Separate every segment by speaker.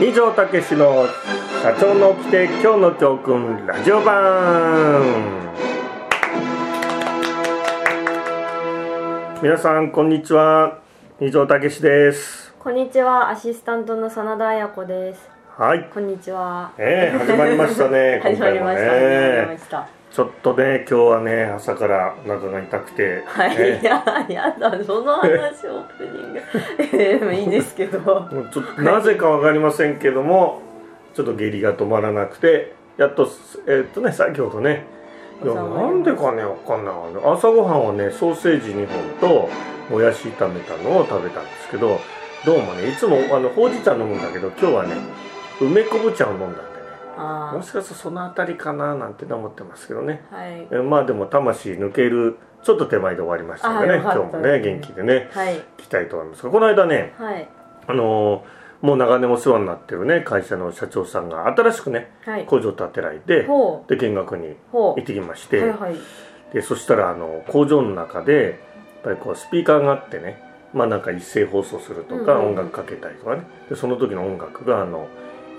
Speaker 1: 二条武史の社長の掟今日の教訓ラジオ版皆さんこんにちは二条武史です
Speaker 2: こんにちは、アシスタントの真田彩子です。
Speaker 1: はい
Speaker 2: こんにちは。
Speaker 1: えー、始まりましたね
Speaker 2: 始ま
Speaker 1: 今回
Speaker 2: りました。始
Speaker 1: も
Speaker 2: まり
Speaker 1: ね
Speaker 2: ました。
Speaker 1: ちょっとね今日はね朝からお腹が痛くて、
Speaker 2: はい、い
Speaker 1: ね
Speaker 2: や、やだ、その話オープニング。 えー、でもいいんですけど。
Speaker 1: もうちょっとなぜかわかりませんけどもちょっと下痢が止まらなくてやっとえーっとね先ほどねいや
Speaker 2: お世話になり
Speaker 1: な
Speaker 2: ま
Speaker 1: ん
Speaker 2: した
Speaker 1: でかねわかんない朝ごはんはねソーセージ2本ともやし炒めたのを食べたんですけどどうもねいつもあのほうじ茶飲むんだけど今日はね梅昆布茶を飲んだんでねも
Speaker 2: あ
Speaker 1: しかするとそのあたりかななんて思ってますけどね
Speaker 2: あ、はい。
Speaker 1: えまあでも魂抜けるちょっと手前で終わりましたんで
Speaker 2: あ
Speaker 1: ね
Speaker 2: よか
Speaker 1: 今
Speaker 2: っ
Speaker 1: 日
Speaker 2: た
Speaker 1: もね元気でね
Speaker 2: はい。
Speaker 1: 行きたいと思いますがこの間ね、
Speaker 2: はい。
Speaker 1: あのーもう長年お世話になってるね会社の社長さんが新しくね
Speaker 2: はい。
Speaker 1: 工場建てられて
Speaker 2: ほう。
Speaker 1: で見学に行
Speaker 2: ほ
Speaker 1: っ
Speaker 2: う。
Speaker 1: てきまして、
Speaker 2: はいはい。
Speaker 1: でそしたらあの工場の中でやっぱりこうスピーカーがあってねまあなんか一斉放送するとか、
Speaker 2: うんうん
Speaker 1: 音楽かけたりとかねでその時の音楽があの、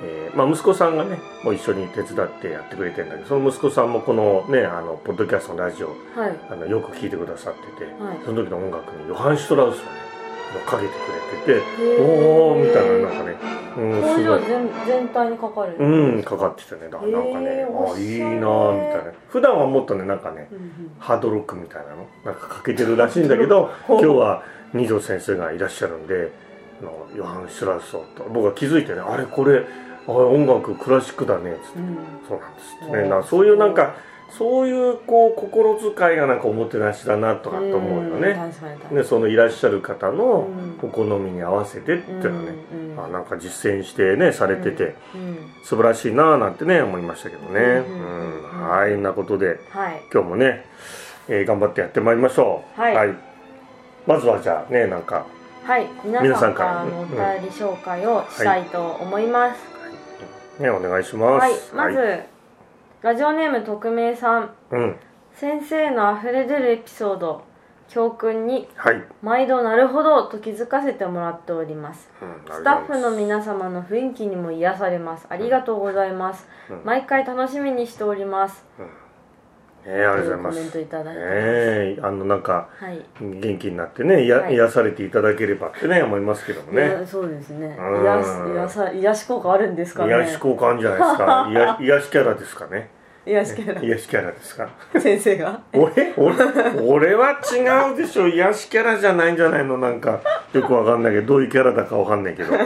Speaker 1: えーまあ、息子さんがねもう一緒に手伝ってやってくれてるんだけどその息子さんもこのねあのポッドキャストのラジオ
Speaker 2: はい。
Speaker 1: あのよく聴いてくださってて
Speaker 2: はい。
Speaker 1: その時の音楽にヨハン・シュトラウスをねかけてくれてて
Speaker 2: へー
Speaker 1: おーみたいななんかね、うん、
Speaker 2: 工
Speaker 1: すご
Speaker 2: 場
Speaker 1: い。
Speaker 2: 全全体にかかる。
Speaker 1: うん、かかってたね。だからなんかね、
Speaker 2: へー
Speaker 1: あ、
Speaker 2: おしゃれ
Speaker 1: いいなぁみたいな。普段はもっとね、なんかね、
Speaker 2: うんうん。
Speaker 1: ハードロックみたいなの、なんかかけてるらしいんだけど、
Speaker 2: ほ
Speaker 1: 今
Speaker 2: う
Speaker 1: 日は二条先生がいらっしゃるんで、あのヨハン・シュラウスをと、僕は気づいてね、あれこれ、あ音楽クラシックだね、つって。
Speaker 2: うん。
Speaker 1: そうなんですってね。なそういうなんか、そういうこう、心遣いがなんかおもてなしだなとかと思うよ
Speaker 2: ん
Speaker 1: ね。
Speaker 2: 確かに。確かに
Speaker 1: ね、そのいらっしゃる方の
Speaker 2: う
Speaker 1: お
Speaker 2: ん
Speaker 1: 好みに合わせてっていうのはね、
Speaker 2: うんうん
Speaker 1: あなんか実践してねされてて、
Speaker 2: うん。
Speaker 1: 素晴らしいなぁなんてね思いましたけどね、う
Speaker 2: うんんうんうん
Speaker 1: はいんなことで
Speaker 2: はい。
Speaker 1: 今日もね、えー頑張ってやってまいりましょう
Speaker 2: はい
Speaker 1: まずはじゃあねなんか
Speaker 2: はい。
Speaker 1: 皆
Speaker 2: 皆
Speaker 1: さ
Speaker 2: さ
Speaker 1: ん
Speaker 2: ん
Speaker 1: か
Speaker 2: かららのお便り紹介をしたいと思います。
Speaker 1: ねお願いしま
Speaker 2: はい
Speaker 1: す、
Speaker 2: まず、
Speaker 1: はい
Speaker 2: ラジオネーム匿名さん
Speaker 1: うん
Speaker 2: 先生の溢れ出るエピソード教訓に
Speaker 1: はい、
Speaker 2: 毎度なるほどと気づかせてもらっております
Speaker 1: うん
Speaker 2: スタッフの
Speaker 1: ありがとうございます
Speaker 2: 皆様の雰囲気にも癒されますありがとうございます、
Speaker 1: うん
Speaker 2: 毎回楽しみにしております
Speaker 1: えーありがとうござい
Speaker 2: というコメン
Speaker 1: ま
Speaker 2: ト
Speaker 1: す
Speaker 2: いただいて、
Speaker 1: えーあのなんか
Speaker 2: はい、
Speaker 1: 元気になってね、いや
Speaker 2: はい
Speaker 1: 癒されていただければってね思いますけどもね、
Speaker 2: いやそうですね
Speaker 1: うん
Speaker 2: 癒す癒さ癒し効果あるんですかね
Speaker 1: 癒し効果あるんじゃないですか癒し癒しキャラですかね
Speaker 2: 癒し効
Speaker 1: 癒しキャラですか
Speaker 2: 果先生が
Speaker 1: 俺俺俺は違うでしょ癒しキャラじゃないんじゃないのなんかよくわかんないけどどういうキャラだかわかんないけど、う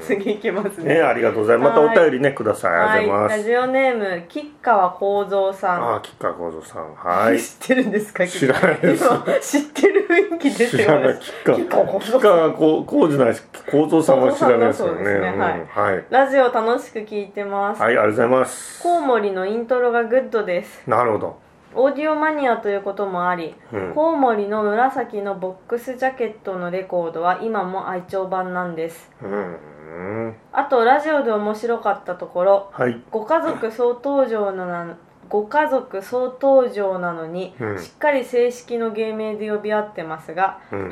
Speaker 2: 次いきます
Speaker 1: ん、
Speaker 2: ね
Speaker 1: ねありがとうございますまたお便りねくださいあ
Speaker 2: は
Speaker 1: り
Speaker 2: い
Speaker 1: がとうござい
Speaker 2: ラ
Speaker 1: ます、
Speaker 2: ジオネーム吉川幸三さん
Speaker 1: ああ吉川幸三さんはい
Speaker 2: 知ってるんですか
Speaker 1: 知らないです
Speaker 2: 今知ってる雰囲気出
Speaker 1: 知
Speaker 2: て
Speaker 1: らない
Speaker 2: ます
Speaker 1: 吉川
Speaker 2: 吉
Speaker 1: 吉川幸三ないし幸三さんは知らないですよね
Speaker 2: 幸三さんはそう
Speaker 1: うん
Speaker 2: で
Speaker 1: はい、はい
Speaker 2: ラジオ楽しく聞いてます、
Speaker 1: ありがとうございます
Speaker 2: コウモリのイントロがグッドです
Speaker 1: なるほど
Speaker 2: オーディオマニアということもあり、
Speaker 1: うん
Speaker 2: コウモリの紫のボックスジャケットのレコードは今も愛聴版なんです
Speaker 1: うんうん
Speaker 2: あとラジオで面白かったところ
Speaker 1: はい
Speaker 2: ご家族総登場のなご家族総登場なのに、
Speaker 1: うん
Speaker 2: しっかり正式の芸名で呼び合ってますが
Speaker 1: うん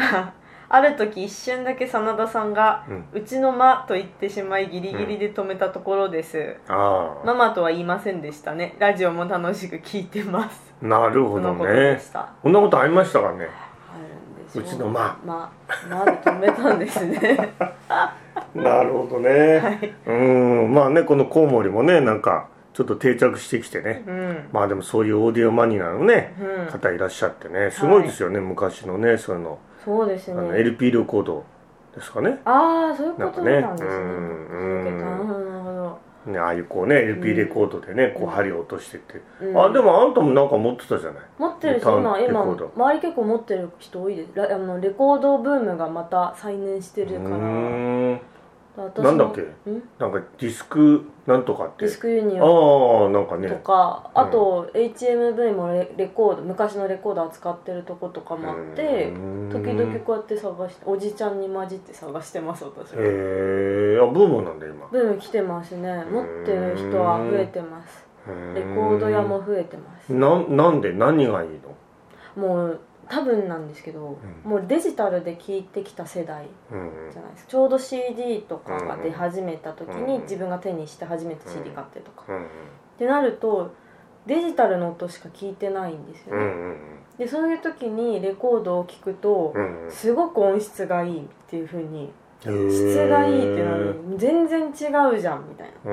Speaker 2: ある時一瞬だけ真田さんが
Speaker 1: うん
Speaker 2: 「うちの間」と言ってしまいギリギリで止めたところです、
Speaker 1: あ
Speaker 2: ママとは言いませんでしたねラジオも楽しく聞いてます
Speaker 1: あなる
Speaker 2: そ
Speaker 1: ほど
Speaker 2: のことで
Speaker 1: ね
Speaker 2: した
Speaker 1: こんなことありましたかね
Speaker 2: あるんでしょ
Speaker 1: うちの間
Speaker 2: ままで止めたんで すね
Speaker 1: なるほどね、うーんまあねこのコウモリもねなんかちょっと定着してきてね、
Speaker 2: うん
Speaker 1: まあでもそういうオーディオマニアのね、
Speaker 2: うん
Speaker 1: 方いらっしゃってねすごいですよね、昔のねそういうの,、
Speaker 2: そうです
Speaker 1: あの
Speaker 2: ね
Speaker 1: LP レコードですかね
Speaker 2: ああそういうこと
Speaker 1: な
Speaker 2: なん
Speaker 1: んかね
Speaker 2: ですね
Speaker 1: うん
Speaker 2: なるほどなるほど
Speaker 1: ねああいうこうね LP レコードでね、こう針を落としてって、
Speaker 2: うん
Speaker 1: あでもあんたもなんか持ってたじゃない
Speaker 2: 持ってる
Speaker 1: レター
Speaker 2: 人今
Speaker 1: レ
Speaker 2: 今
Speaker 1: コード
Speaker 2: 周り結構持ってる人多いですラあのレコードブームがまた再燃してる
Speaker 1: う
Speaker 2: から
Speaker 1: ーん
Speaker 2: 私も
Speaker 1: なんだっけ
Speaker 2: ん
Speaker 1: なんかディスクなんとかって
Speaker 2: ディスクユニオ
Speaker 1: あ
Speaker 2: ン
Speaker 1: あなんかね
Speaker 2: とか、
Speaker 1: うん
Speaker 2: あと HMV もレレコード昔のレコード扱ってるとことかもあって
Speaker 1: うーん
Speaker 2: 時々こうやって探しておじちゃんに混じって探してます私
Speaker 1: へ
Speaker 2: は
Speaker 1: えあブームなんだ今
Speaker 2: ブーム来てますね持ってる人は増えてます
Speaker 1: うーん
Speaker 2: レコード屋も増えてます
Speaker 1: なんなんで何がいいの
Speaker 2: もう多分なんですけど、
Speaker 1: うん
Speaker 2: もうデジタルで聞いてきた世代
Speaker 1: うん
Speaker 2: じゃないですかちょうど CD とかが出始めた時
Speaker 1: うんう
Speaker 2: に
Speaker 1: ん
Speaker 2: 自分が手にして初めて CD 買ってとか、
Speaker 1: う
Speaker 2: っ
Speaker 1: ん
Speaker 2: てなるとデジタルの音しか聞いてないんですよ
Speaker 1: う
Speaker 2: ね、
Speaker 1: ん
Speaker 2: でそういう時にレコードを聞くと
Speaker 1: うんうん
Speaker 2: すごく音質がいいっていう風に質
Speaker 1: 質
Speaker 2: がいいってなる全然違うじゃんみたいな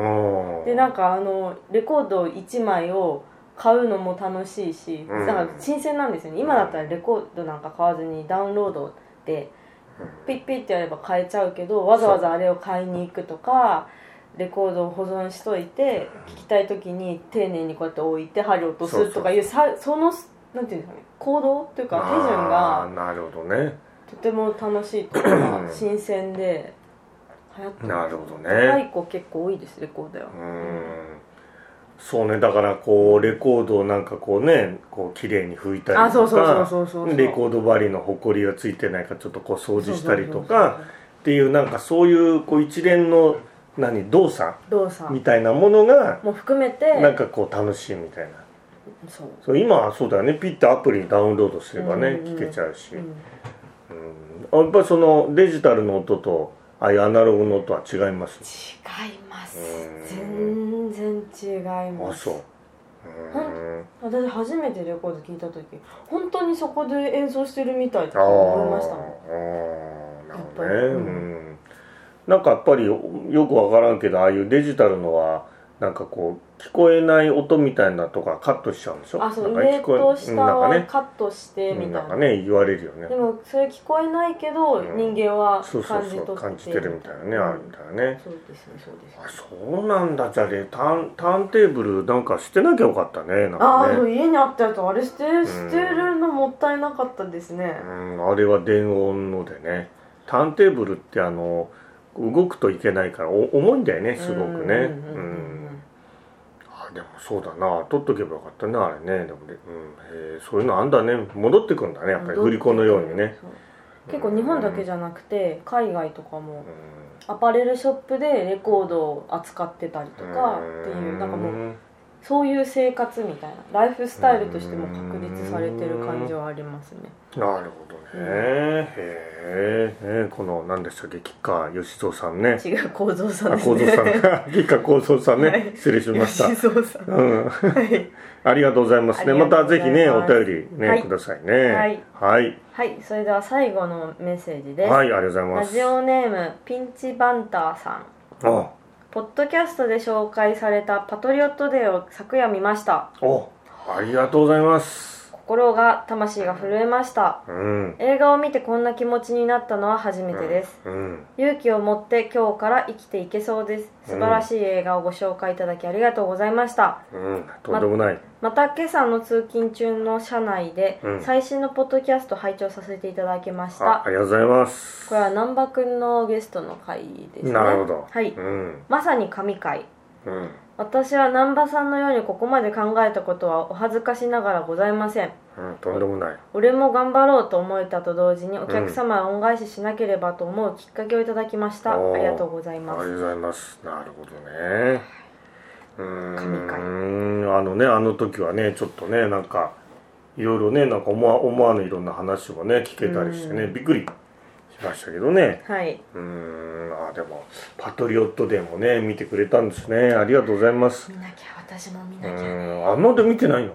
Speaker 2: でなんかあのレコード1枚を買うのも楽しいし、
Speaker 1: うん
Speaker 2: なんか新鮮なんですよね今だったらレコードなんか買わずにダウンロードでピッピッってやれば買えちゃうけどわざわざあれを買いに行くとかレコードを保存しといて聞きたい時に丁寧にこうやって置いて針を落とすとかいうさそのなんていうんですかね行動というか手順
Speaker 1: あー
Speaker 2: が
Speaker 1: なるほどね
Speaker 2: とても楽しいというか
Speaker 1: うん
Speaker 2: 新鮮で流行ってま
Speaker 1: な
Speaker 2: す
Speaker 1: るほどね
Speaker 2: 若い子結構多いですレコードは
Speaker 1: う。んそうねだからこうレコードをなんかこうねこう綺麗に拭いたりとか
Speaker 2: あそうそうそうそうそうそう
Speaker 1: レコード針のほこりがついてないかちょっとこう掃除したりと
Speaker 2: そうそう
Speaker 1: かっていうなんかそういうこう一連の何動作
Speaker 2: そうそう動
Speaker 1: み
Speaker 2: 作
Speaker 1: たいなものが
Speaker 2: も含めて
Speaker 1: なんかこう楽しいみたいな
Speaker 2: そう、
Speaker 1: そう今はそうだよねピッてアプリにダウンロードすればね、
Speaker 2: うんうんうん
Speaker 1: 聞けちゃうし、
Speaker 2: うん
Speaker 1: うん、やっぱりそのデジタルの音とああいうアナログの音は違います
Speaker 2: 違います
Speaker 1: う
Speaker 2: 全然違い
Speaker 1: あ
Speaker 2: ます
Speaker 1: そううん
Speaker 2: 私初めてレコード聞いた時本当にそこで演奏してるみたいって思いましたもん
Speaker 1: あーあーなるほどね
Speaker 2: やっぱり
Speaker 1: う、
Speaker 2: うん
Speaker 1: なんかやっぱりよよくわからんけどああいうデジタルのはなんかこう聞こえない音みたいなとかカットしちゃうんでしょ
Speaker 2: あそう
Speaker 1: なんか
Speaker 2: 上
Speaker 1: 聞こえ
Speaker 2: と下
Speaker 1: なんか
Speaker 2: は
Speaker 1: ね
Speaker 2: カットして
Speaker 1: う
Speaker 2: み
Speaker 1: ん
Speaker 2: た
Speaker 1: ないんか
Speaker 2: な
Speaker 1: ね言われるよね
Speaker 2: でもそれ聞こえないけど
Speaker 1: うん
Speaker 2: 人間は
Speaker 1: そうそう
Speaker 2: 感じ
Speaker 1: そう
Speaker 2: 取
Speaker 1: 感
Speaker 2: っ
Speaker 1: じ
Speaker 2: て
Speaker 1: てるみたいなねあるみたいなね
Speaker 2: そうですねそうですね
Speaker 1: あそうなんだじゃあレターンターンテーブルなんかしてなきゃよかったねなん
Speaker 2: あ
Speaker 1: か
Speaker 2: あ
Speaker 1: ね
Speaker 2: でも家にあったやつあれ捨て
Speaker 1: ん
Speaker 2: 捨てるのもったいなかったですね
Speaker 1: うん、あれは電音のでねターンテーブルってあの動くといけないからお重いんだよねすごくね
Speaker 2: うんうん
Speaker 1: う
Speaker 2: うんうん
Speaker 1: んあでもそうだな取っとけばよかったねあれねでもね、うん、へえそういうのあんだね戻ってくんだねやっぱり振り子のようにね、
Speaker 2: そう結構日本だけ
Speaker 1: じ
Speaker 2: じゃなくて海外とかも
Speaker 1: ゃ
Speaker 2: アパレルショップでレコードを扱ってたりとかっていうなんかもう
Speaker 1: う
Speaker 2: そういう生活みたいなライフスタイルとしても確立されてる感じはありますね
Speaker 1: なるほどね、へえ、ねこの何でしたっけ吉川義蔵さんね
Speaker 2: 違う構造さん
Speaker 1: あ
Speaker 2: です
Speaker 1: 幸三
Speaker 2: ね
Speaker 1: さん吉川幸三さんね、
Speaker 2: はい
Speaker 1: 失礼しました
Speaker 2: 吉蔵さん
Speaker 1: うん
Speaker 2: はい
Speaker 1: ありがとうございますね。
Speaker 2: あ
Speaker 1: ま
Speaker 2: りがと
Speaker 1: た
Speaker 2: うござ
Speaker 1: ぜ
Speaker 2: い
Speaker 1: ひ
Speaker 2: ます
Speaker 1: ね、お便りね、
Speaker 2: はい
Speaker 1: くださいね。
Speaker 2: はい。
Speaker 1: はい。
Speaker 2: はいそれでは最後のメッセージです
Speaker 1: はい、ありがとうございま
Speaker 2: ラ
Speaker 1: す。
Speaker 2: ジオネームピンチバンターさん
Speaker 1: あ、
Speaker 2: ポッドキャストで紹介された「パトリオットデー」を昨夜見ました
Speaker 1: お、ありがとうございます。
Speaker 2: 心が魂が震えました
Speaker 1: うん。
Speaker 2: 映画を見てこんな気持ちになったのは初めてです、
Speaker 1: うん。
Speaker 2: 勇気を持って今日から生きていけそうです素晴らしい映画をご紹介いただきありがとうございました
Speaker 1: うん。とんでもない。
Speaker 2: また今朝の通勤中の車内で
Speaker 1: うん
Speaker 2: 最新のポッドキャスト拝聴させていただきまし
Speaker 1: あ、あ
Speaker 2: た、
Speaker 1: りがとうございます。
Speaker 2: これは難波くんのゲストの回ですね
Speaker 1: なるほど。
Speaker 2: はい、
Speaker 1: うん。
Speaker 2: まさに神回
Speaker 1: うん。
Speaker 2: 私は南波さんのようにここまで考えたことはお恥ずかしながらございません
Speaker 1: うん。とんでもない。
Speaker 2: 俺も頑張ろうと思えたと同時にお客様を恩返ししなければと思うきっかけをいただきました、
Speaker 1: おー
Speaker 2: ありがとうござ
Speaker 1: あ
Speaker 2: い
Speaker 1: り
Speaker 2: ま
Speaker 1: が
Speaker 2: す
Speaker 1: とうございます。なるほどね。うー
Speaker 2: 神
Speaker 1: ん。あのね、あの時はね、ちょっとね、なんか。いろいろね、なんか思わ、思わぬいろんな話もね、聞けたりしてね、
Speaker 2: うん
Speaker 1: びっくり。しましたけどね。
Speaker 2: はい、
Speaker 1: うーんあでも「パトリオットデー」もね見てくれたんですねありがとうございます
Speaker 2: 見なきゃ私も見
Speaker 1: う
Speaker 2: なきゃ、
Speaker 1: ーんあまだ見てないの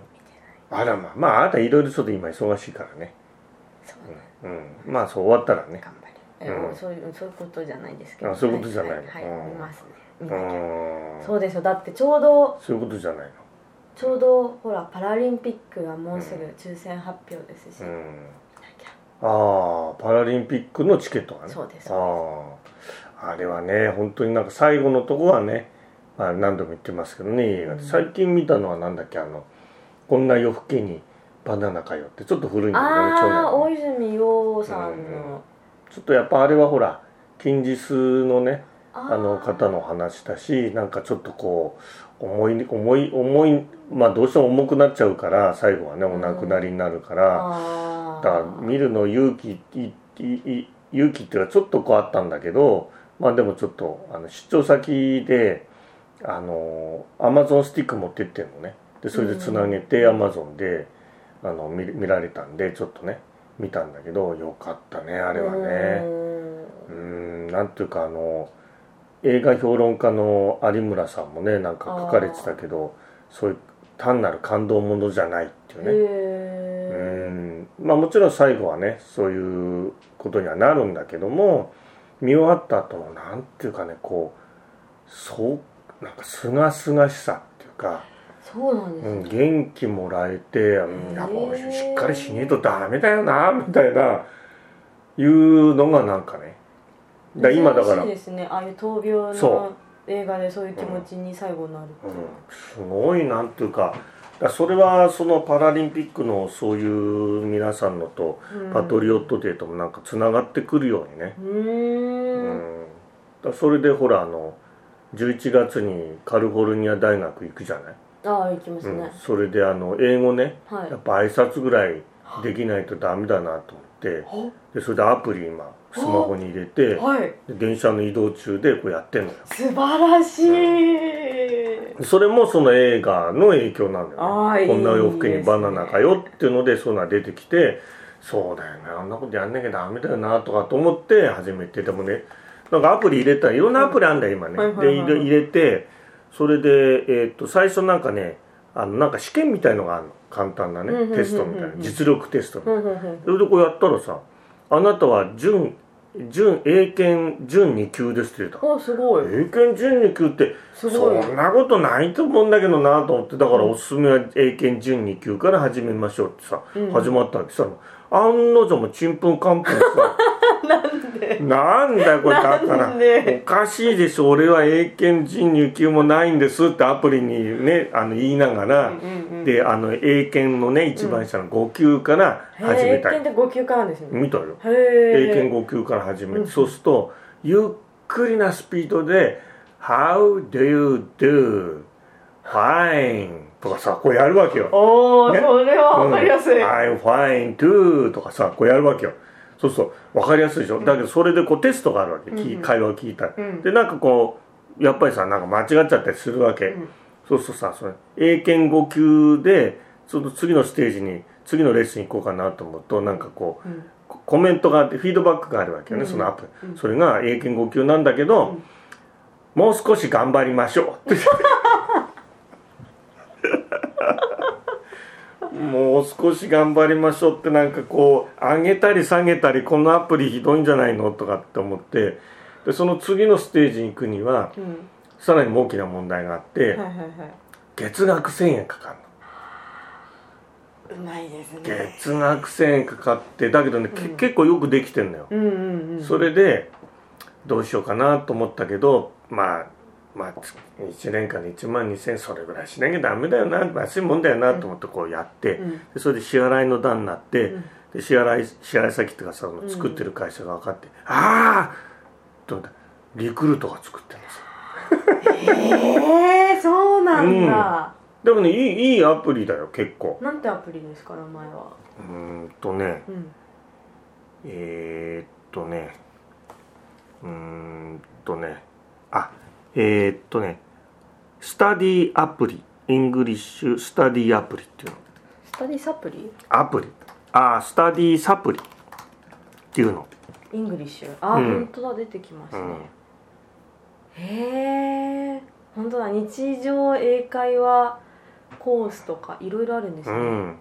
Speaker 1: あらまあまああなたいろいろちょっと今忙しいからね
Speaker 2: そ
Speaker 1: う
Speaker 2: う
Speaker 1: んまあそう終わったらね
Speaker 2: 頑張れ、え
Speaker 1: うん
Speaker 2: もうそういうそういうことじゃないですけど、
Speaker 1: あそういうことじゃない
Speaker 2: はい、はい
Speaker 1: うん
Speaker 2: 見ますね
Speaker 1: う
Speaker 2: 見なきゃ、
Speaker 1: ーん
Speaker 2: そうですよだってちょうど
Speaker 1: そういうことじゃない
Speaker 2: ちょうどほらパラリンピックがもうすぐ抽選発表ですし、
Speaker 1: のう
Speaker 2: 見なんきゃ
Speaker 1: ああパラリンピックのチケットがね
Speaker 2: そうです
Speaker 1: あああれはね本当になんか最後のとこはね、まあ、何度も言ってますけどね映画で
Speaker 2: うん
Speaker 1: 最近見たのはなんだっけあの「こんな夜更けにバナナかよ」ってちょっと古いんだけどね長男
Speaker 2: ああ
Speaker 1: の
Speaker 2: 大泉洋さん
Speaker 1: うん
Speaker 2: の、
Speaker 1: ちょっとやっぱあれはほら近日のね
Speaker 2: あー
Speaker 1: あの方の話だしなんかちょっとこう重い重い重いまあどうしても重くなっちゃうから最後はねお亡くなりになるから、
Speaker 2: あ
Speaker 1: だ
Speaker 2: ー
Speaker 1: から見るの勇気いいい勇気っていうかちょっとこうあったんだけどまあでもちょっとあの出張先であのアマゾンスティック持ってってんのねでそれでつなげて
Speaker 2: う
Speaker 1: ア
Speaker 2: ん
Speaker 1: マゾンであの見見られたんでちょっとね見たんだけどよかったねあ
Speaker 2: あ
Speaker 1: れは
Speaker 2: う
Speaker 1: ね
Speaker 2: ん
Speaker 1: うんなんていうかあの映画評論家の有村さんもねなんか書かれてたけどそういう単なる感動ものじゃないっていうね、う
Speaker 2: へ
Speaker 1: んまあ、もちろん最後はねそういうことにはなるんだけども見終わった後のなんていうかねこうそうなんかすがすがしさっていうか、
Speaker 2: えそうなんです
Speaker 1: う
Speaker 2: ね、
Speaker 1: ん、元気もらえて、うん、やっぱ俺
Speaker 2: へえ
Speaker 1: しっかりしねえとダメだよなみたいないうのがなんかねだ今だから、
Speaker 2: 珍し
Speaker 1: うん、
Speaker 2: いですねああいう闘病
Speaker 1: そう
Speaker 2: の映画でそういう気持ちに最後になるっていう、
Speaker 1: すごいなんていうかだそれはそのパラリンピックのそういう皆さんのと
Speaker 2: うん
Speaker 1: パトリオットデーともなんかつながってくるようにね、
Speaker 2: うーん
Speaker 1: うんだそれでほらあの11月にカリフォルニア大学行くじゃない、
Speaker 2: ああ行きます
Speaker 1: う
Speaker 2: ね、
Speaker 1: ん
Speaker 2: はい
Speaker 1: それであの英語ね
Speaker 2: は
Speaker 1: やっぱ挨拶ぐらいできないとダメだなと思ってでそれでアプリ今スマホに入れて
Speaker 2: はい
Speaker 1: で電車の移動中でこうやってんのよ
Speaker 2: 素晴らしい、
Speaker 1: それもその映画の影響なんだ
Speaker 2: あ
Speaker 1: よね
Speaker 2: ー
Speaker 1: こんない
Speaker 2: いで
Speaker 1: 洋
Speaker 2: すね
Speaker 1: 服にバナナかよっていうのでそういうのが出てきてそうだよねあんなことやんなきゃダメだよなとかと思って始めてでもねなんかアプリ入れたらいろんなアプリあんだよ今ね、
Speaker 2: はいはいはいはい
Speaker 1: で入れ入れてそれで、えー、と最初なんかねあのなんか試験みたいのがあるの簡単な
Speaker 2: うんうんうんうん
Speaker 1: ね
Speaker 2: うん
Speaker 1: テストみたいな実力テストみたいな
Speaker 2: うんうんうん
Speaker 1: それでこうやったらさ「あなたは準準英検準2級です」って言うた
Speaker 2: おすごい
Speaker 1: 英検準2級って
Speaker 2: す
Speaker 1: そ
Speaker 2: ごい
Speaker 1: んなことないと思うんだけどなと思ってだからおすすめは英検準2級から始めましょうってさ、
Speaker 2: うん
Speaker 1: 始まったわけさ案の定もちんぷんかんぷん さなんでなんだよこれだから
Speaker 2: なんで
Speaker 1: おかしいでしょ俺は英検準2級もないんですってアプリにねあの言いながら、
Speaker 2: うんうんうん
Speaker 1: であの英検のね一番下の5級から
Speaker 2: へえ
Speaker 1: 始めた
Speaker 2: 英
Speaker 1: い、
Speaker 2: 検って5級からなんですね
Speaker 1: 見たよ
Speaker 2: へ
Speaker 1: 英
Speaker 2: え
Speaker 1: 検5級から始めて、そうするとゆっくりなスピードで「How do you do? Fine」とかさこうやるわけよ
Speaker 2: おお、
Speaker 1: ね
Speaker 2: それは分かりやすい、
Speaker 1: うん I'm fine too とかさこうやるわけよそうそう分かりやすいでしょ、だけどそれでこうテストがあるわけ、き会話を聞いたり、
Speaker 2: うん
Speaker 1: でなんかこうやっぱりさなんか間違っちゃったりするわけ、
Speaker 2: ん
Speaker 1: そうそうさその英検5級でその次のステージに次のレッスン行こうかなと思うとなんかこう、
Speaker 2: うん
Speaker 1: ココメントがあってフィードバックがあるわけよね、そのアップ、それが英検5級なんだけど、もう少し頑張りましょう ってもう少し頑張りましょうってなんかこう上げたり下げたりこのアプリひどいんじゃないのとかって思ってでその次のステージに行くには
Speaker 2: うん
Speaker 1: さらに大きな問題があって
Speaker 2: はいはいはい
Speaker 1: 月額1000円かかるの
Speaker 2: うまいですね
Speaker 1: 月額1000円かかってだけどね、け結構よくできてんのよ、
Speaker 2: うんうんうん
Speaker 1: それでどうしようかなと思ったけどまあまあつ1年間で1万2000円それぐらいしなきゃダメだよな安いもんだよなと思ってこうやって、
Speaker 2: うん
Speaker 1: でそれで支払いの段になって、
Speaker 2: うん
Speaker 1: で支払い支払い先っていうかさその作ってる会社が分かって、ああと思ってリクルートが作ってるんですよ
Speaker 2: えー、そうなんだ、
Speaker 1: でもねいいいいアプリだよ結構
Speaker 2: なんてアプリですか名前は
Speaker 1: うーんとね
Speaker 2: うん
Speaker 1: えー、っとねうーんとねあえー、っとねスタディアプリイングリッシュスタディアプリっていうの
Speaker 2: スタディサプリ
Speaker 1: アプリあースタディサプリっていうの
Speaker 2: イングリッシュあ、
Speaker 1: うん
Speaker 2: 本当だ出てきますね、へえ本当だ日常英会話コースとかいろいろあるんです
Speaker 1: う
Speaker 2: ね、
Speaker 1: ん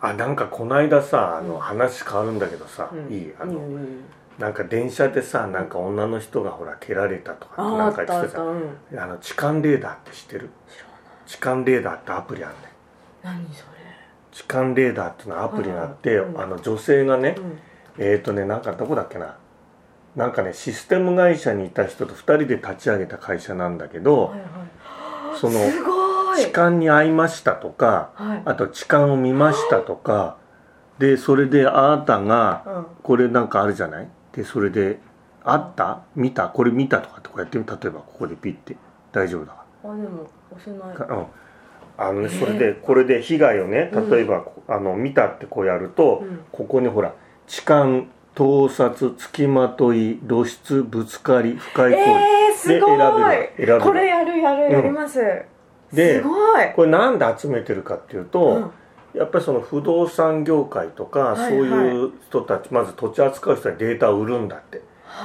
Speaker 1: あなんかこないださあの、
Speaker 2: うん
Speaker 1: 話変わるんだけどさ、
Speaker 2: うん
Speaker 1: いいあ
Speaker 2: いい
Speaker 1: の、
Speaker 2: よいいよいいよ
Speaker 1: なんか電車でさなんか女の人がほら蹴られたとか
Speaker 2: あー
Speaker 1: な
Speaker 2: あ
Speaker 1: んか
Speaker 2: った
Speaker 1: 言っ
Speaker 2: あ
Speaker 1: て
Speaker 2: ったた
Speaker 1: じ
Speaker 2: うん
Speaker 1: ゃんあの痴漢レーダーって知ってる
Speaker 2: 知らない
Speaker 1: 痴漢レーダーってアプリあんねん
Speaker 2: 何それ
Speaker 1: 痴漢レーダーっていうのアプリがあって、
Speaker 2: はいはい
Speaker 1: あの女性がね、
Speaker 2: うん
Speaker 1: えっ、ー、とねなんかどこだっけななんかねシステム会社にいた人と2人で立ち上げた会社なんだけど
Speaker 2: はいは
Speaker 1: その
Speaker 2: いすごい
Speaker 1: 痴漢に遭いましたとか
Speaker 2: はい
Speaker 1: あと痴漢を見ましたとかでそれであなたが
Speaker 2: うん
Speaker 1: これなんかあるじゃないでそれで「あった見たこれ見た」とかってこうやってみ例えばここでピッて大丈夫だから。
Speaker 2: あでも押せない
Speaker 1: かうん、あのねそれでこれで被害をね例えば、こあの見たってこうやると、
Speaker 2: うん
Speaker 1: ここにほら痴漢盗撮つきまとい露出ぶつかり不快行為、
Speaker 2: えー、すごい
Speaker 1: で選べる選べる
Speaker 2: これやるやるやります、
Speaker 1: です
Speaker 2: ごい
Speaker 1: これなんで集めてるかっていうと、
Speaker 2: うん
Speaker 1: やっぱりその不動産業界とか、
Speaker 2: はいはい
Speaker 1: そういう人たちまず土地扱う人にデータを売るんだって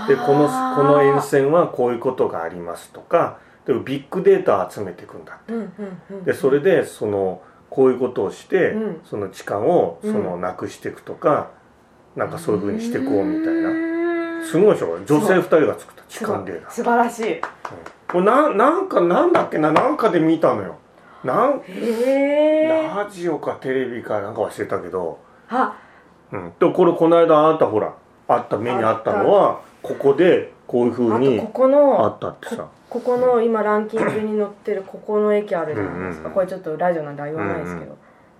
Speaker 1: でこの
Speaker 2: はあ
Speaker 1: この沿線はこういうことがありますとかでビッグデータを集めていくんだ
Speaker 2: うんうんうん
Speaker 1: でそれでそのこういうことをして、
Speaker 2: うん
Speaker 1: その地間をその
Speaker 2: う
Speaker 1: なくしていくとか、なんかそういうふうにしていこうみたいな
Speaker 2: な
Speaker 1: すごいでしょ女性2人が作った地間データ
Speaker 2: 素晴らしいへ
Speaker 1: これななんかなんだっけななんかで見たのよなん
Speaker 2: え
Speaker 1: ラジオかテレビかなんか忘れたけど、
Speaker 2: あ
Speaker 1: うん、でこれこの間あったほらあった目にあったのはここでこういうふう
Speaker 2: あと
Speaker 1: に
Speaker 2: ここ
Speaker 1: あ
Speaker 2: の
Speaker 1: ったってさ
Speaker 2: ここの今ランキングに載ってるここの駅あるじゃないです
Speaker 1: うんうん
Speaker 2: か
Speaker 1: うん
Speaker 2: これちょっとラジオなんで言わないですけど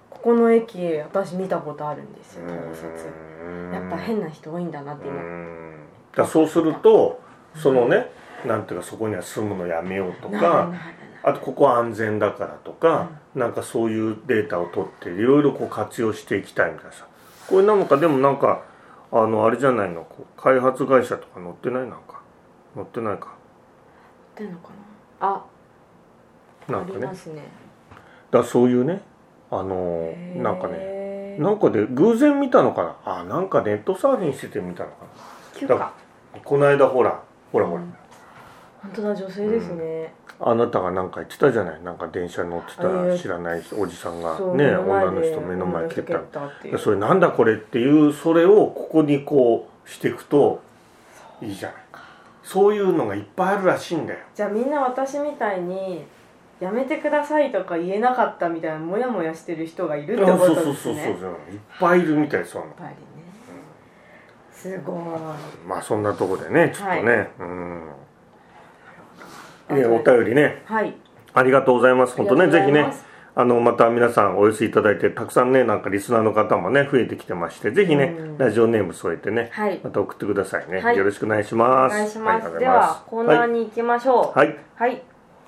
Speaker 2: ここの駅私見たことあるんですよ盗撮やっぱ変な人多いんだなって
Speaker 1: う
Speaker 2: 今
Speaker 1: んだからそうするとそのね、なんていうかそこには住むのやめようと
Speaker 2: なるなる
Speaker 1: かあとここは安全だからとか、なんかそういうデータを取っていろいろこう活用していきたいみたいなさこれなんかでもなんかあのあれじゃないのこう開発会社とか載ってないなんか載ってないか
Speaker 2: ってんのかなあ
Speaker 1: な
Speaker 2: あ
Speaker 1: んか
Speaker 2: り
Speaker 1: ねだ
Speaker 2: ま
Speaker 1: か
Speaker 2: すね
Speaker 1: らそういうねあのーなんかね
Speaker 2: ね
Speaker 1: なんかで偶然見たのかなあなんかネットサーフィンしてて見たのか
Speaker 2: 9
Speaker 1: だか
Speaker 2: か
Speaker 1: なこの間ほらほらほら、
Speaker 2: うん本当だ女性ですね
Speaker 1: あなたがなんか言ってたじゃないなんか電車に乗って
Speaker 2: あ
Speaker 1: た
Speaker 2: いい
Speaker 1: 知らないおじさんが
Speaker 2: そう
Speaker 1: ね
Speaker 2: 目前
Speaker 1: 女の人
Speaker 2: で
Speaker 1: 目の前蹴った
Speaker 2: 女の人蹴ったってい
Speaker 1: で
Speaker 2: う
Speaker 1: それなんだこれっていうそれをここにこうしていくといいじゃないそういうのがいっぱいあるらしいんだよ
Speaker 2: じゃあみんな私みたいに「やめてください」とか言えなかったみたいなモヤモヤしてる人がいるって
Speaker 1: あ
Speaker 2: こ
Speaker 1: そう
Speaker 2: と
Speaker 1: そう
Speaker 2: で
Speaker 1: そ
Speaker 2: す
Speaker 1: うそう
Speaker 2: ねやっ
Speaker 1: いっぱいいるみたいそうなの
Speaker 2: ぱりねすごい
Speaker 1: まあそんなとこでねちょっとね、
Speaker 2: は
Speaker 1: うんねお便りね
Speaker 2: はい
Speaker 1: ありがとうございます本当ねぜひ
Speaker 2: ありがとうござい
Speaker 1: ね
Speaker 2: ます
Speaker 1: あのまた皆さんお寄せいただいてたくさんねなんかリスナーの方もね増えてきてましてぜひね
Speaker 2: うん
Speaker 1: ラジオネーム添えてね
Speaker 2: はい
Speaker 1: また送ってくださいね、
Speaker 2: はい
Speaker 1: よろしくお願いしま
Speaker 2: お
Speaker 1: す
Speaker 2: 願いします、
Speaker 1: あり
Speaker 2: で
Speaker 1: が
Speaker 2: は
Speaker 1: と
Speaker 2: コ
Speaker 1: う
Speaker 2: ー
Speaker 1: ござい
Speaker 2: ナー
Speaker 1: ます
Speaker 2: に行きましょう
Speaker 1: はい、はい、
Speaker 2: はい、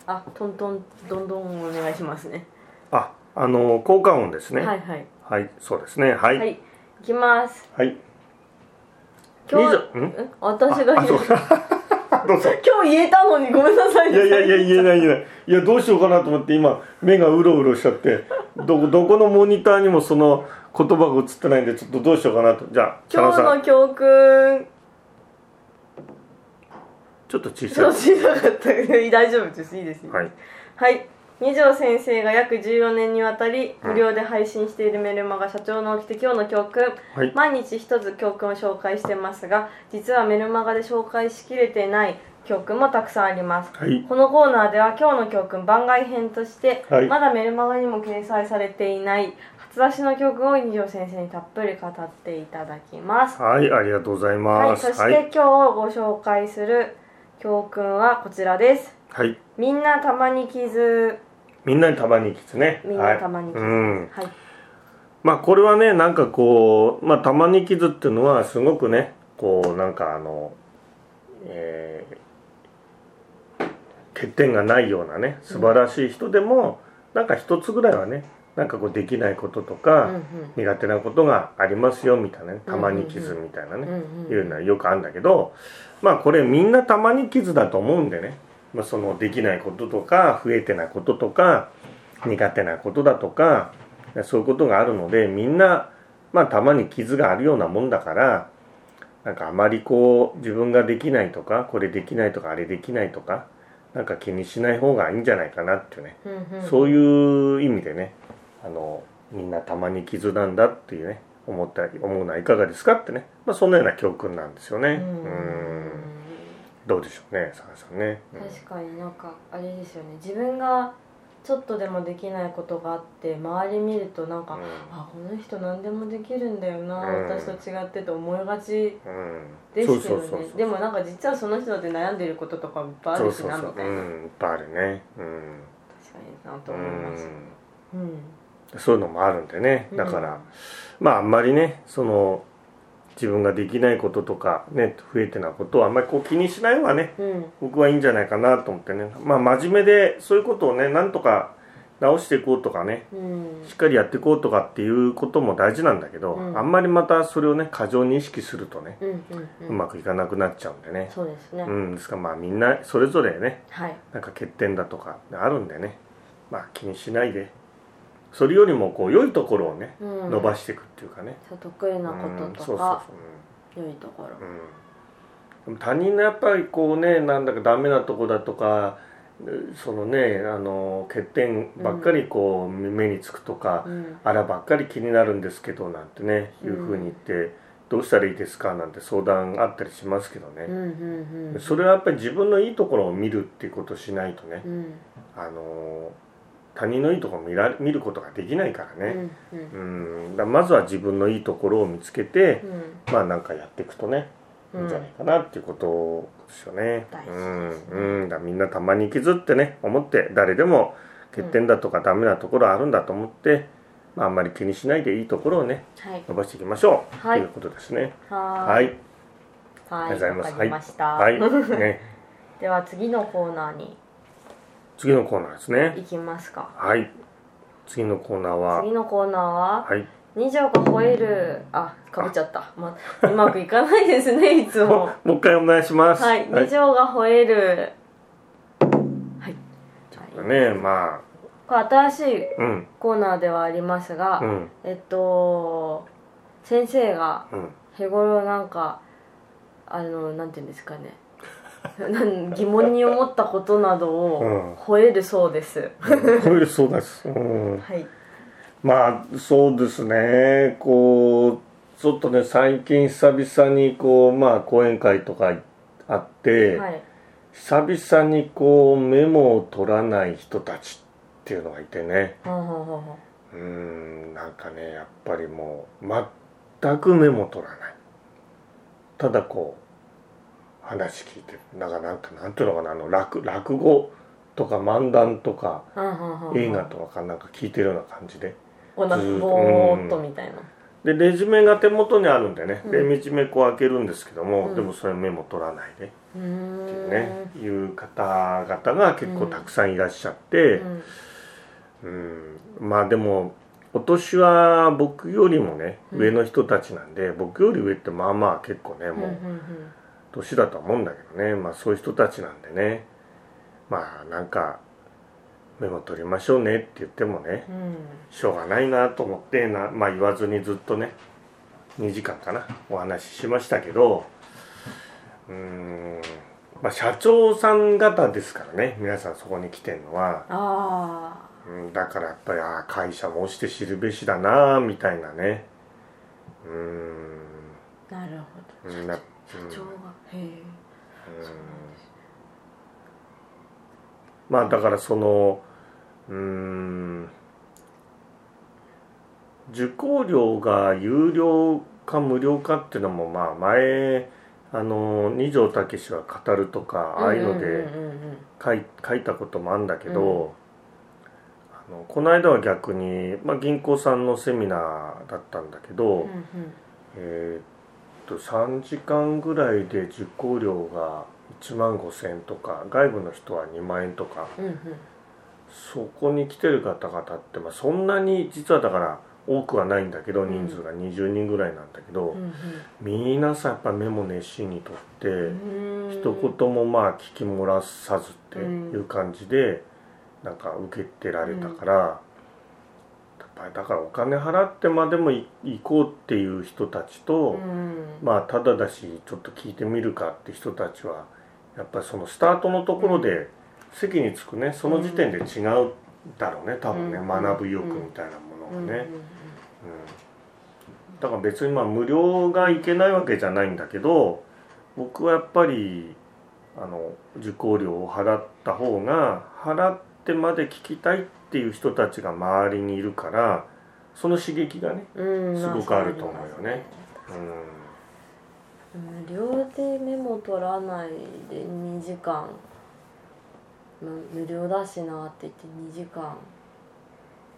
Speaker 2: あトントンどんどんお願いしますね
Speaker 1: ああの効果音ですね
Speaker 2: は
Speaker 1: はい、
Speaker 2: いはい
Speaker 1: そうですねはい
Speaker 2: は
Speaker 1: はい、
Speaker 2: い行きます今
Speaker 1: み
Speaker 2: 日
Speaker 1: ずん
Speaker 2: ん私が
Speaker 1: あ
Speaker 2: 言
Speaker 1: そううどう ぞ
Speaker 2: 今日言えたのにごめんなさい
Speaker 1: い
Speaker 2: ね
Speaker 1: やいやいや言えない言えないいやどうしようかなと思って今目がうろうろしちゃってどこどこのモニターにもその言葉が映ってないんでちょっとどうしようかなとじゃあ佐
Speaker 2: 今
Speaker 1: 野
Speaker 2: 日
Speaker 1: さん
Speaker 2: の教訓
Speaker 1: ちょっと小さ
Speaker 2: 調子なかった大丈夫ですいいです
Speaker 1: い
Speaker 2: よ
Speaker 1: はい
Speaker 2: はい二条先生が約14年にわたり無料で配信しているメルマガ社長の起きて今日の教訓、
Speaker 1: はい
Speaker 2: 毎日一つ教訓を紹介してますが実はメルマガで紹介しきれてない教訓もたくさんあります
Speaker 1: はい
Speaker 2: このコーナーでは今日の教訓番外編として、
Speaker 1: はい
Speaker 2: まだメルマガにも掲載されていない初出しの教訓を二条先生にたっぷり語っていただきます。
Speaker 1: はいありがとうござい
Speaker 2: は
Speaker 1: ま
Speaker 2: い、
Speaker 1: す
Speaker 2: そして今日ご紹介する教訓はこちらです。
Speaker 1: はい、はい、
Speaker 2: みんなたまに傷。
Speaker 1: みんなに束にきつね
Speaker 2: みんな束にきつ
Speaker 1: はいうん
Speaker 2: はい。
Speaker 1: まあこれはねなんかこう、まあ、玉に傷っていうのはすごくねこうなんかあの、えー欠点がないようなね素晴らしい人でも、なんか一つぐらいはねなんかこうできないことと
Speaker 2: う
Speaker 1: か、
Speaker 2: ん
Speaker 1: 苦手なことがありますよみたいなね玉に傷みたいなね、
Speaker 2: うん。うん
Speaker 1: いう
Speaker 2: うん。
Speaker 1: のはよくあるんだけどまあこれみんなたまに傷だと思うんでね、まあ、そのできないこととか増えてないこととか苦手なことだとかそういうことがあるのでみんな、まあ、たまに傷があるようなもんだからなんかあまりこう自分ができないとかこれできないとかあれできないとかなんか気にしない方がいいんじゃないかなっていうね、
Speaker 2: うんうん。
Speaker 1: そういう意味でねあのみんなたまに傷なんだっていうね思った思うのはいかがですかってね、まあ、そのような教訓なんですよね。う
Speaker 2: うん
Speaker 1: んどうでしょうね佐賀さんね。うん
Speaker 2: 確かになんかあれですよね。自分がちょっとでもできないことがあって周り見るとなんか、あこの人何でもできるんだよな、
Speaker 1: うん
Speaker 2: 私と違ってと思いがち
Speaker 1: うん
Speaker 2: ですけ
Speaker 1: そ
Speaker 2: どね
Speaker 1: うそうそうそう
Speaker 2: でもなんか実はその人だって悩んでることとかもいっぱいあ
Speaker 1: そう
Speaker 2: るし
Speaker 1: そう
Speaker 2: な
Speaker 1: そう
Speaker 2: みたいうな、
Speaker 1: んいっぱいあるね。うん
Speaker 2: 確かになと思いましたうん、
Speaker 1: うんそういうのもあるんでね
Speaker 2: うん
Speaker 1: だから、まああんまりねその自分ができないこととかね増えてないことはあんまりこう気にしない方がね
Speaker 2: うん
Speaker 1: 僕はいいんじゃないかなと思ってねまあ真面目でそういうことをねなんとか直していこうとかね
Speaker 2: うん
Speaker 1: しっかりやっていこうとかっていうことも大事なんだけど、
Speaker 2: うん
Speaker 1: あんまりまたそれをね過剰に意識するとね、
Speaker 2: うんうん
Speaker 1: う
Speaker 2: うん
Speaker 1: まくいかなくなっちゃうんでね、
Speaker 2: そうですね、
Speaker 1: うん、ですからまあみんなそれぞれね
Speaker 2: はい
Speaker 1: なんか欠点だとかあるんでねまあ気にしないでそれよりもこう良いところをね
Speaker 2: うん、
Speaker 1: 伸ばしていくっていうかね、
Speaker 2: そう得意
Speaker 1: う
Speaker 2: なんこと
Speaker 1: そう
Speaker 2: と
Speaker 1: そう
Speaker 2: か、
Speaker 1: そう
Speaker 2: 良いところ
Speaker 1: うん、でも他人のやっぱりこうねなんだかダメなとこだとかうそのねあの欠点ばっかりこう、目につくとか、
Speaker 2: うん
Speaker 1: あらばっかり気になるんですけどなんてね、いうふうに言ってどうしたらいいですかなんて相談あったりしますけど
Speaker 2: うんう
Speaker 1: ね、
Speaker 2: んうん
Speaker 1: それはやっぱり自分のいいところを見るっていうことをしないとね、
Speaker 2: うん
Speaker 1: あの他人のいいところを見られ見ることができないから
Speaker 2: う
Speaker 1: ね、
Speaker 2: んうん
Speaker 1: うん、だからまずは自分のいいところを見つけて、
Speaker 2: うん
Speaker 1: まあなんかやっていくとねいいんじゃないかなっていうことですよね。
Speaker 2: 大事
Speaker 1: う
Speaker 2: ですね
Speaker 1: ん、うん、だからみんなたまに気づってね思って誰でも欠点だとかダメなところあるんだと思って、まああんまり気にしないでいいところをね
Speaker 2: はい
Speaker 1: 伸ばしていきましょう、
Speaker 2: はい
Speaker 1: ということですね。
Speaker 2: は
Speaker 1: は
Speaker 2: ー
Speaker 1: い、
Speaker 2: は
Speaker 1: ありがとうございます
Speaker 2: わかりました、
Speaker 1: はい、 ね、
Speaker 2: では次のコーナーに
Speaker 1: 次のコーナーですね。
Speaker 2: 行きますか
Speaker 1: はい、次のコーナーは
Speaker 2: 次のコーナーは
Speaker 1: はい、
Speaker 2: 二条が吠えるあかぶっちゃった、ま、うまくいかないですねいつも
Speaker 1: もう一回お願いします。
Speaker 2: はい二条が吠えるはい、はい、
Speaker 1: ね、まあ、
Speaker 2: これ新しい
Speaker 1: うん、
Speaker 2: コーナーではありますが、
Speaker 1: うん、
Speaker 2: えっと先生が
Speaker 1: うん。
Speaker 2: 日頃なんかあのなんていうんですかね なん疑問に思ったことなど
Speaker 1: うん
Speaker 2: を吠えるそうです、
Speaker 1: 吠えるそうです。うん。
Speaker 2: はい
Speaker 1: まあそうですねこうちょっとね最近久々にこうまあ講演会とかあって、
Speaker 2: はい
Speaker 1: 久々にこうメモを取らない人たちっていうのがいてね
Speaker 2: ほうほうほうほ
Speaker 1: うーんなんかねやっぱりもう全くメモ取らないただこう話聞いてなんかなんかなんていうのかなあの落落語とか漫談とか
Speaker 2: ううんうんうんうん
Speaker 1: 映画とかなんか聞いてるような感じで。
Speaker 2: おな
Speaker 1: ずーっと
Speaker 2: ぼーっとみたいな
Speaker 1: でレジュメが手元にあるんでね、
Speaker 2: うん
Speaker 1: でレジュメこう開けるんですけども、
Speaker 2: うん
Speaker 1: でもそれメモ取らないでって
Speaker 2: うー
Speaker 1: い
Speaker 2: ん
Speaker 1: うね、いう方々が結構たくさんいらっしゃって
Speaker 2: う、ん
Speaker 1: うんまあでもお年は僕よりもね
Speaker 2: うん
Speaker 1: 上の人たちなんで、僕より上ってまあまあ結構ね
Speaker 2: うん
Speaker 1: もう
Speaker 2: うん
Speaker 1: 年だとは思うんだけどね、まあそういう人たちなんでねまあなんかメモ取りましょうねって言ってもね、
Speaker 2: うんうん
Speaker 1: しょうがないなと思ってな、まあ、言わずにずっとね2時間かなお話ししましたけどうーん、まあ、社長さん方ですからね皆さんそこに来てるのは、
Speaker 2: あ
Speaker 1: うん、だからやっぱりああ会社も落ちて知るべしだなみたいなねうーん
Speaker 2: あなるほ
Speaker 1: うんな
Speaker 2: ど社長がへえそうなんです
Speaker 1: まあだからそのうーん受講料が有料か無料かっていうのもまあ前あの二条武は語るとかああいうので
Speaker 2: うんうんうんうん
Speaker 1: 書い書いたこともあるんだけど、あのこの間は逆に、まあ、銀行さんのセミナーだったんだけど、
Speaker 2: うんうん
Speaker 1: えーっと3時間ぐらいで受講料が1万5,000円とか外部の人は2万円とか。
Speaker 2: うん
Speaker 1: そこに来てる方々って、まあ、そんなに実はだから多くはないんだけど
Speaker 2: うん
Speaker 1: 人数が20人ぐらいなんだけど、
Speaker 2: うん
Speaker 1: 皆さんやっぱメモ熱心にとって、
Speaker 2: うんうん
Speaker 1: 一言もまあ聞き漏らさずっていう感じで、なんか受けてられたから、やっぱりだからお金払ってまでもい行こうっていう人たちと、
Speaker 2: うん
Speaker 1: まあただだしちょっと聞いてみるかって人たちはやっぱりそのスタートのところで席に着くねその時点で違うだろうね多分ね、
Speaker 2: うん
Speaker 1: 学ぶ意欲みたいなも
Speaker 2: うん
Speaker 1: のが
Speaker 2: うんう
Speaker 1: ね、
Speaker 2: ん
Speaker 1: うんだから別にまあ無料がいけないわけじゃないんだけど僕はやっぱりあの受講料を払った方が払ってまで聞きたいっていう人たちが周りにいるからその刺激がね、
Speaker 2: うん
Speaker 1: すごくあると思うよね
Speaker 2: まあそります
Speaker 1: うん
Speaker 2: 無料でメモ取らないで2時間む無料だしなって言って2時間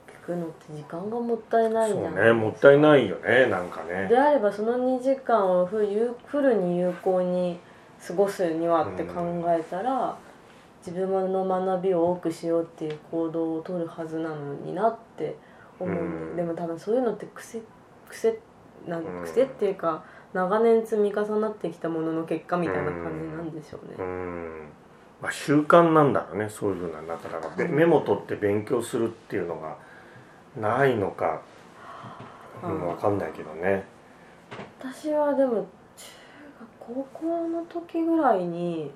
Speaker 2: 聞くのって時間がもったいないじゃん
Speaker 1: そうねもったいないよねなんかね
Speaker 2: であればその2時間をフルフルに有効に過ごすにはって考えたら、自分の学びを多くしようっていう行動を取るはずなのになって思うんで、
Speaker 1: うん
Speaker 2: でも多分そういうのって癖癖なん
Speaker 1: うん
Speaker 2: 癖っていうか長年積み重なってきたものの結果みたいな感じなんでしょう
Speaker 1: う
Speaker 2: ね。
Speaker 1: んまあ習慣なんだろうねそういうふうなだからメメモ取って勉強するっていうのがないのか、う
Speaker 2: うん
Speaker 1: ん、わかんないけどね
Speaker 2: 私はでも中学高校の時ぐらいに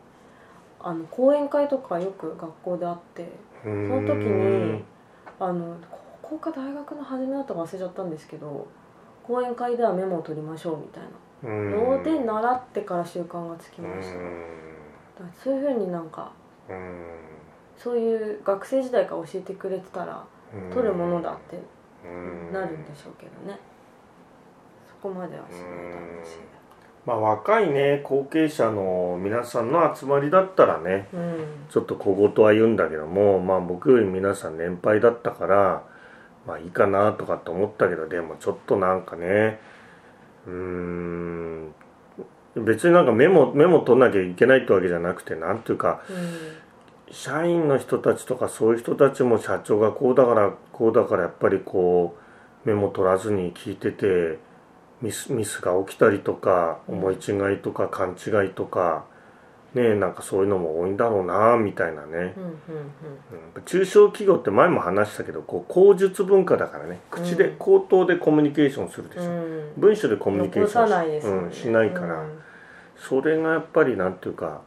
Speaker 2: あの講演会とかよく学校であって
Speaker 1: そ
Speaker 2: その時にあの高校か大学の初めだったか忘れちゃったんですけど講演会ではメモを取りましょうみたいなので習ってから習慣がつき
Speaker 1: う
Speaker 2: ましただ
Speaker 1: ん
Speaker 2: からそういうふうになんか
Speaker 1: うん
Speaker 2: そういう学生時代から教えてくれてたら
Speaker 1: うん
Speaker 2: 取るものだって
Speaker 1: うん
Speaker 2: なるんでしょうけどねそこまではしないだろうし
Speaker 1: まあ若いね後継者の皆さんの集まりだったらね
Speaker 2: うん
Speaker 1: ちょっと小言は言うんだけどもまあ僕より皆さん年配だったからまあいいかなとかって思ったけどでもちょっとなんかねうーん別になんかメモメモ取んなきゃいけないってわけじゃなくてなんていうか
Speaker 2: うん
Speaker 1: 社員の人たちとかそういう人たちも社長がこうだからこうだからやっぱりこうメモ取らずに聞いててミスミスが起きたりとか
Speaker 2: うん
Speaker 1: 思い違いとか勘違いとかねえなんかそういうのも多いんだろうなみたいなね
Speaker 2: う、んうん
Speaker 1: うん、中小企業って前も話したけどこう口述文化だからね口で、
Speaker 2: うん
Speaker 1: 口頭でコミュニケーションするでし
Speaker 2: う
Speaker 1: ょ、
Speaker 2: んうん
Speaker 1: 文章でコミュニケー
Speaker 2: 残
Speaker 1: ション
Speaker 2: さないですもんね
Speaker 1: うん、しないから、
Speaker 2: うん
Speaker 1: それがやっぱりなんていうか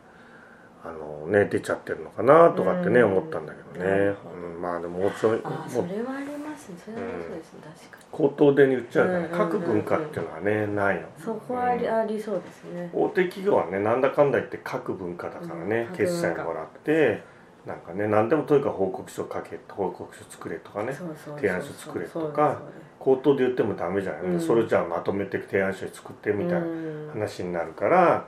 Speaker 1: あのね出ちゃってるのかなとかってね、
Speaker 2: うん
Speaker 1: 思ったんだけどね
Speaker 2: なる、ほど
Speaker 1: うん、まあでももうちょい
Speaker 2: あー
Speaker 1: も
Speaker 2: そうれはありますねそれはそうですね確か
Speaker 1: 口頭で言っちゃうから、ね
Speaker 2: うんうんうんうん
Speaker 1: 各文化っていうのはねないの
Speaker 2: にそこはあり,、
Speaker 1: うん
Speaker 2: ありそうですね
Speaker 1: 大手企業はねなんだかんだ言って各文化だからね、
Speaker 2: うん
Speaker 1: 決済もらってなんかね何でもとにかく報告書書け報告書作れとかね
Speaker 2: そうそうそうそう
Speaker 1: 提案書作れとか口頭で言ってもダメじゃない、
Speaker 2: うん
Speaker 1: それじゃあまとめて提案書作って
Speaker 2: そう
Speaker 1: みたいな、
Speaker 2: うん
Speaker 1: 話になるから、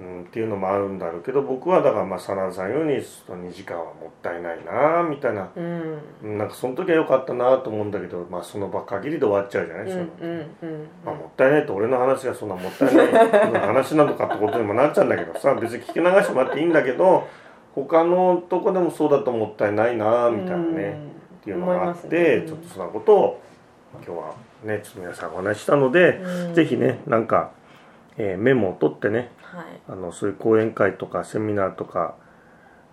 Speaker 1: うん、っていうのもあるんだろうけど僕はだからまあサナさんようにその2時間はもったいないなみたいな
Speaker 2: うん
Speaker 1: うんなんかその時は良かったなと思うんだけど、まあ、その場限りで終わっちゃうじゃない、
Speaker 2: うん
Speaker 1: そうの
Speaker 2: んうんうん
Speaker 1: まあ、もったいないと俺の話がそんなもったいない話なのかってことにもなっちゃうんだけどさ別に聞き流してもらっていいんだけど他のとこでもそうだともったいないなみたいなね、
Speaker 2: うん
Speaker 1: っていうのがあっ
Speaker 2: 思います
Speaker 1: て、
Speaker 2: ねうん
Speaker 1: ちょっとそんなことを今日はねちょっと皆さんお話ししたので、
Speaker 2: うん
Speaker 1: ぜひねなんか、えーメモを取ってね
Speaker 2: はい
Speaker 1: あのそういう講演会とかセミナーとか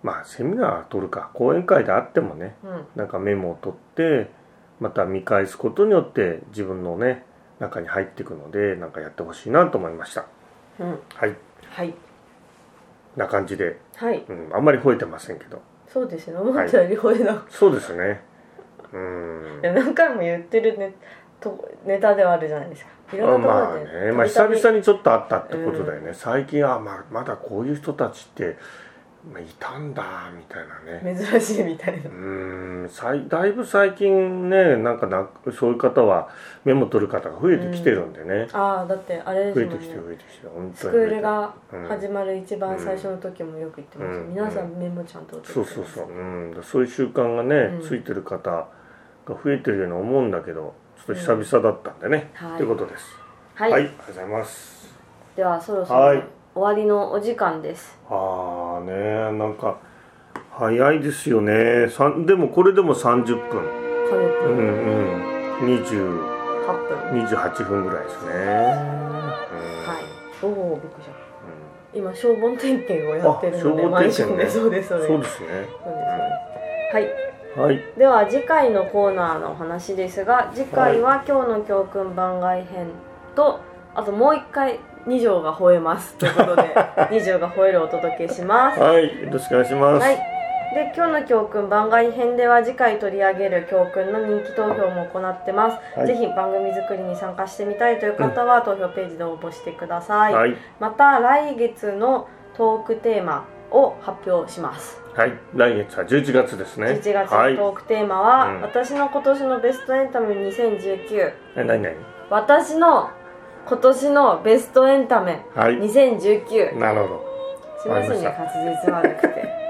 Speaker 1: まあセミナーは取るか講演会であってもね
Speaker 2: うん
Speaker 1: なんかメモを取ってまた見返すことによって自分のね中に入っていくのでなんかやってほしいなと思いました
Speaker 2: うん
Speaker 1: はい
Speaker 2: はい
Speaker 1: な感じで、
Speaker 2: はい
Speaker 1: うん、あんまり吠えてませんけど
Speaker 2: そうですね思ったよりほえなく
Speaker 1: そうですねうん
Speaker 2: いや何回も言ってるねとネタではあるじゃないですかいろんなと
Speaker 1: ま
Speaker 2: こ
Speaker 1: あ
Speaker 2: ろで
Speaker 1: ね、まあ、久々にちょっと会ったってことだよね、
Speaker 2: う
Speaker 1: 最近はまあまだこういう人たちって、まあ、いたんだみたいなね
Speaker 2: 々珍しいみたいうな
Speaker 1: ーんさいだいぶ最近ねなんかなそういう方はメモ取る方が増えてきてるんでね、
Speaker 2: ああだってあれ
Speaker 1: 増
Speaker 2: で
Speaker 1: え
Speaker 2: すも
Speaker 1: て
Speaker 2: ん
Speaker 1: きて
Speaker 2: ね
Speaker 1: る増えてきてる本
Speaker 2: ス
Speaker 1: 当
Speaker 2: ク
Speaker 1: に増え
Speaker 2: ー
Speaker 1: てる
Speaker 2: ルが
Speaker 1: うん
Speaker 2: 始まる一番最初の時もよく言ってます、
Speaker 1: うん
Speaker 2: 皆さんメモちゃんと取って
Speaker 1: そうそうそう、うん、そういう習慣がね、
Speaker 2: うん
Speaker 1: ついてる方が増えてるように思うんだけどちょっと久々だったんでね、
Speaker 2: はい
Speaker 1: ということです
Speaker 2: はい、
Speaker 1: はい、ありがとうございます
Speaker 2: ではそろそ
Speaker 1: はい
Speaker 2: ろ終わりのお時間です
Speaker 1: ああねなんか早いですよねさんでもこれでも30分う
Speaker 2: 30分
Speaker 1: んうん20
Speaker 2: 8分、
Speaker 1: 28分ぐらいですね
Speaker 2: はいおおびっくりした
Speaker 1: い、
Speaker 2: 今消防点検をやってるので
Speaker 1: あ消防点検ね
Speaker 2: マンションでそうですそう
Speaker 1: うん
Speaker 2: です
Speaker 1: そ
Speaker 2: そうう
Speaker 1: で
Speaker 2: です
Speaker 1: すね
Speaker 2: そうですはい
Speaker 1: はい
Speaker 2: では次回のコーナーのお話ですが次回は今日の教訓番外編とあともう一回2条が吠えますというこ とで2条が吠えるお届けします
Speaker 1: はいよろしくお願いします、
Speaker 2: はいで今日の教訓番外編では次回取り上げる教訓の人気投票も行ってます、
Speaker 1: はい
Speaker 2: ぜひ番組作りに参加してみたいという方は投票ページで応募してください、
Speaker 1: はい
Speaker 2: また来月のトークテーマを発表します
Speaker 1: はい来月は11月ですね
Speaker 2: 11月
Speaker 1: はい
Speaker 2: のトークテーマは、
Speaker 1: うん
Speaker 2: 私の今年のベストエンタメ2019
Speaker 1: え何何
Speaker 2: 私の今年のベストエンタメ
Speaker 1: はい
Speaker 2: 2019
Speaker 1: なるほど
Speaker 2: すいませんね
Speaker 1: わ
Speaker 2: 滑舌悪くて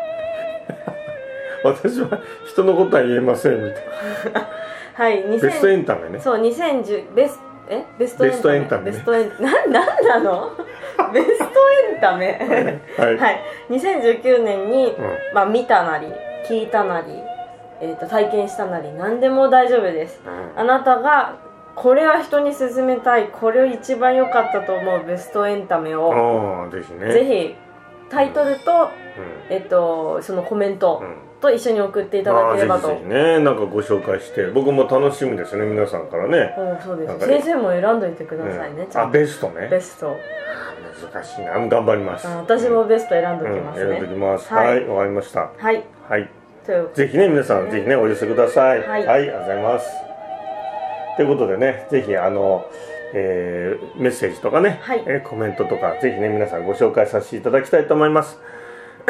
Speaker 1: 私は人のことは言えませんみたい
Speaker 2: はい
Speaker 1: なベストエ
Speaker 2: 2000
Speaker 1: ンタメね
Speaker 2: そう2010ベスえベストエンタメ
Speaker 1: ベストエンタメね
Speaker 2: ベストエン ななんなのベストエンタメ
Speaker 1: はい、
Speaker 2: はい2019年に
Speaker 1: うん、
Speaker 2: まあ見たなり聞いたなりえっ、と体験したなり何でも大丈夫です
Speaker 1: うん
Speaker 2: あなたがこれは人に勧めたいこれを一番良かったと思うベストエンタメを
Speaker 1: ああぜひね
Speaker 2: ぜひタイトルと,、
Speaker 1: ひ、うん
Speaker 2: えっと、そのコメント
Speaker 1: うん
Speaker 2: と一緒に送っていただければと、
Speaker 1: まあぜひぜひねなんかご紹介して僕も楽しみですね皆さんからね、
Speaker 2: うんそうで
Speaker 1: なん
Speaker 2: す
Speaker 1: かね
Speaker 2: 先生も選んどいてください
Speaker 1: う
Speaker 2: ね、
Speaker 1: ん
Speaker 2: ちゃ
Speaker 1: あ
Speaker 2: んと
Speaker 1: ベストね
Speaker 2: ベスト
Speaker 1: 難しいな頑張ります
Speaker 2: あ私もベスト選んど
Speaker 1: う
Speaker 2: き
Speaker 1: ん、
Speaker 2: ますね、
Speaker 1: 選んできます
Speaker 2: はい
Speaker 1: はいわ、かりました
Speaker 2: はい
Speaker 1: はい
Speaker 2: という
Speaker 1: ぜひね皆さんぜひねお寄せください
Speaker 2: はい
Speaker 1: ありがとうございますということでねぜひあの、えーメッセージとかね、
Speaker 2: はい
Speaker 1: えーコメントとかぜひね皆さんご紹介させていただきたいと思います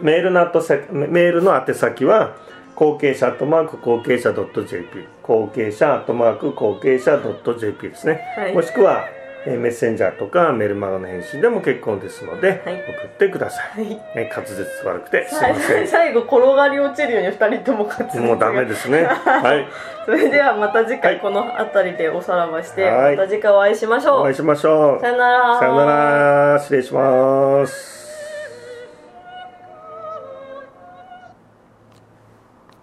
Speaker 1: メールのあとせメールの宛先は後継者アットマーク後継者 .jp 後継者アットマーク後継者 .jp ですね、
Speaker 2: はい
Speaker 1: もしくはえーメッセンジャーとかメールマガの返信でも結構ですので、
Speaker 2: はい
Speaker 1: 送ってください、
Speaker 2: はい
Speaker 1: ね、滑舌悪くてすいません
Speaker 2: 最最後転がり落ちるように2人とも勝つ
Speaker 1: もうダメですね。はい。
Speaker 2: それではまた次
Speaker 1: は
Speaker 2: 回
Speaker 1: い
Speaker 2: この辺りでおさらばして、
Speaker 1: はい
Speaker 2: また次回お会いしましょ
Speaker 1: お
Speaker 2: う、
Speaker 1: 会いしましょう。
Speaker 2: さよなら
Speaker 1: さよなら。失礼します。